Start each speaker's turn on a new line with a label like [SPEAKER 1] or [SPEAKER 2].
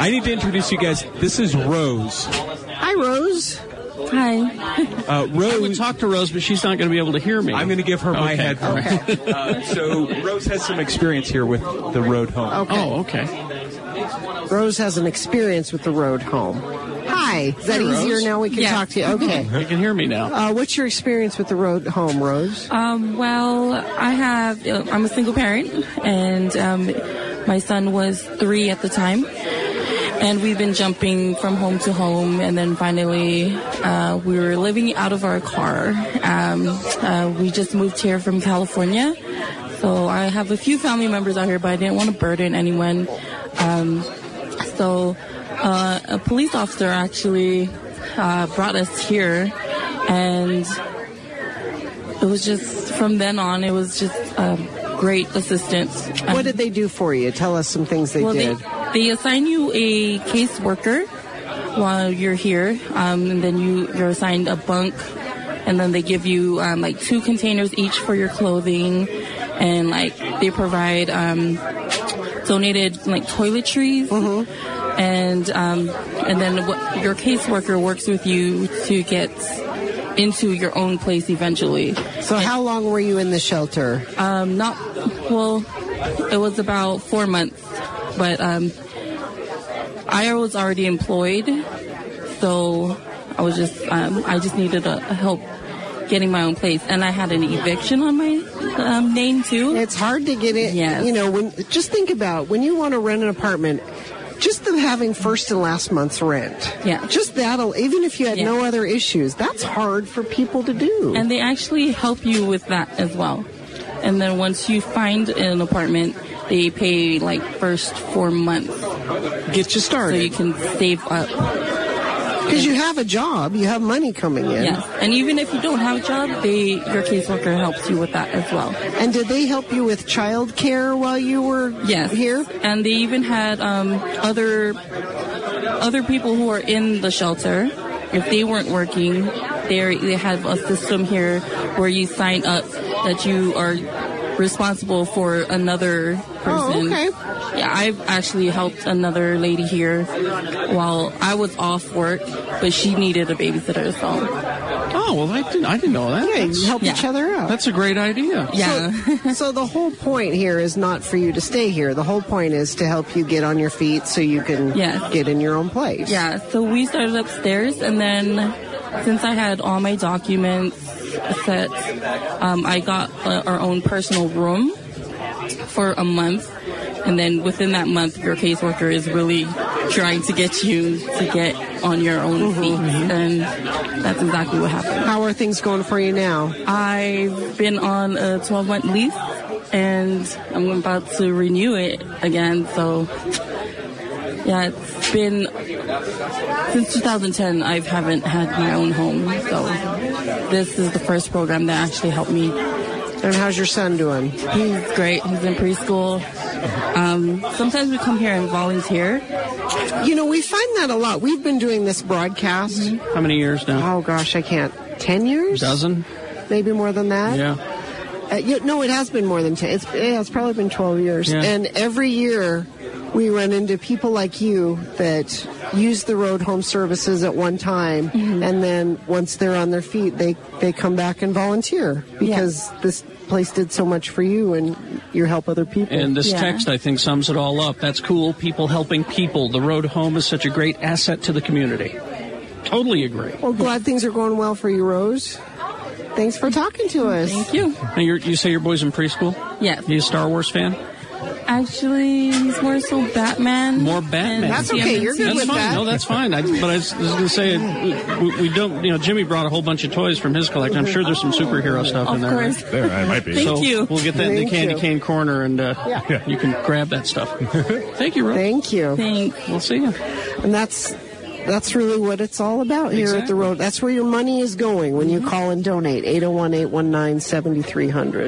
[SPEAKER 1] I need to introduce you guys. This is Rose.
[SPEAKER 2] Hi, Rose. Hi.
[SPEAKER 1] Uh,
[SPEAKER 3] I would
[SPEAKER 1] Rose.
[SPEAKER 3] talk to Rose, but she's not going to be able to hear me.
[SPEAKER 1] I'm going to give her my
[SPEAKER 3] Okay,
[SPEAKER 1] headphones. Uh, so Rose has some experience here with the road home.
[SPEAKER 3] Oh, okay.
[SPEAKER 2] Rose has an experience with the road home. Hi. Is that
[SPEAKER 3] Hi, Rose.
[SPEAKER 2] easier now? We can
[SPEAKER 4] Yeah.
[SPEAKER 2] talk to you. Okay.
[SPEAKER 3] You can hear me now.
[SPEAKER 2] Uh, what's your experience with the road home, Rose?
[SPEAKER 4] Um, well, I have, uh, I'm a single parent, and um, my son was three at the time. And we've been jumping from home to home, and then finally, uh, we were living out of our car. Um, uh, we just moved here from California. So I have a few family members out here, but I didn't want to burden anyone. Um, so uh, a police officer actually uh, brought us here, and it was just from then on it was just um, great assistance Um,
[SPEAKER 2] What did they do for you? Tell us some things they
[SPEAKER 4] well,
[SPEAKER 2] did.
[SPEAKER 4] They, they assign you a caseworker while you're here, um, and then you you're assigned a bunk, and then they give you um, like two containers each for your clothing, and like they provide um, donated like toiletries. And um, and then wh- your caseworker works with you to get into your own place eventually.
[SPEAKER 2] so, how long were you in the shelter?
[SPEAKER 4] Um, not well. It was about four months, but um, I was already employed, so I was just um, I just needed a, a help getting my own place, and I had an eviction on my um, name too.
[SPEAKER 2] It's hard to get it.
[SPEAKER 4] Yes.
[SPEAKER 2] You know, when just think about when you want to rent an apartment, just the having first and last month's rent.
[SPEAKER 4] Yeah.
[SPEAKER 2] Just that'll even if you had
[SPEAKER 4] Yeah.
[SPEAKER 2] no other issues, that's hard for people to do.
[SPEAKER 4] and they actually help you with that as well. And then once you find an apartment, they pay like first four months,
[SPEAKER 2] get you
[SPEAKER 4] so you
[SPEAKER 2] started
[SPEAKER 4] can save up.
[SPEAKER 2] because you have a job, you have money coming in.
[SPEAKER 4] Yes, and even if you don't have a job, they your caseworker helps you with that as well.
[SPEAKER 2] And did they help you with childcare while you were
[SPEAKER 4] Yes.
[SPEAKER 2] here?
[SPEAKER 4] And they even had um, other other people who are in the shelter. If they weren't working, they they have a system here where you sign up that you are responsible for another person.
[SPEAKER 2] Oh, okay.
[SPEAKER 4] Yeah, I've actually helped another lady here while I was off work, but she needed a babysitter, so
[SPEAKER 3] Oh, well, I didn't, I didn't know that.
[SPEAKER 2] Yeah, you
[SPEAKER 3] That's,
[SPEAKER 2] help each
[SPEAKER 4] yeah.
[SPEAKER 2] other out.
[SPEAKER 3] that's a great idea.
[SPEAKER 4] yeah.
[SPEAKER 2] So, so the whole point here is not for you to stay here. The whole point is to help you get on your feet so you can
[SPEAKER 4] Yes.
[SPEAKER 2] get in your own place.
[SPEAKER 4] Yeah, so we started upstairs, and then since I had all my documents set, um, I got uh, our own personal room for a month. And then within that month, your caseworker is really trying to get you to get on your own feet. And that's exactly what happened.
[SPEAKER 2] How are things going for you now?
[SPEAKER 4] I've been on a 12 month lease and I'm about to renew it again. So, yeah, it's been since 2010, I haven't had my own home. So, this is the first program that actually helped me.
[SPEAKER 2] And how's your son doing?
[SPEAKER 4] He's great, he's in preschool. Um, sometimes we come here and volunteer.
[SPEAKER 2] You know, we find that a lot. We've been doing this broadcast.
[SPEAKER 4] Mm-hmm.
[SPEAKER 3] How many years now?
[SPEAKER 2] Oh gosh, I can't. Ten years?
[SPEAKER 3] dozen?
[SPEAKER 2] Maybe more than that.
[SPEAKER 3] Yeah.
[SPEAKER 2] Uh, you, no, it has been more than ten. It's, yeah, it's probably been twelve years.
[SPEAKER 3] Yeah.
[SPEAKER 2] And every year, we run into people like you that use the road home services at one time,
[SPEAKER 3] Mm-hmm.
[SPEAKER 2] and then once they're on their feet, they they come back and volunteer because this place did so much for you, and you help other people.
[SPEAKER 3] And uh, this
[SPEAKER 4] Yeah.
[SPEAKER 3] text, I think, sums it all up. That's cool. People helping people. The road home is such a great asset to the community. Totally agree.
[SPEAKER 2] well, glad things are going well for you, Rose. Thanks for talking to us.
[SPEAKER 4] Thank you.
[SPEAKER 3] Now, you're, you say your boy's in preschool?
[SPEAKER 4] Yes.
[SPEAKER 3] He a Star Wars fan?
[SPEAKER 4] Actually, he's more so Batman.
[SPEAKER 3] More Batman.
[SPEAKER 4] and
[SPEAKER 3] That's
[SPEAKER 2] okay, you're good
[SPEAKER 4] TMNT.
[SPEAKER 3] That's
[SPEAKER 2] with
[SPEAKER 3] fine.
[SPEAKER 2] that.
[SPEAKER 3] No, that's fine. I, but I was, I was going to say, uh, we, we don't, you know, Jimmy brought a whole bunch of toys from his collection. I'm sure there's some superhero stuff in
[SPEAKER 4] Of
[SPEAKER 3] there. right?
[SPEAKER 4] course.
[SPEAKER 5] There, I might be.
[SPEAKER 4] Thank
[SPEAKER 3] So
[SPEAKER 4] you.
[SPEAKER 3] We'll get that in the
[SPEAKER 2] Thank
[SPEAKER 3] candy
[SPEAKER 2] you.
[SPEAKER 3] cane corner, and uh,
[SPEAKER 2] Yeah.
[SPEAKER 3] you can grab that stuff. Thank you, Rose.
[SPEAKER 2] Thank you.
[SPEAKER 4] Thanks.
[SPEAKER 3] We'll see you.
[SPEAKER 2] And that's that's really what it's all about here at
[SPEAKER 3] Exactly.
[SPEAKER 2] oh the road. That's where your money is going when you call and donate. 801 819 7300.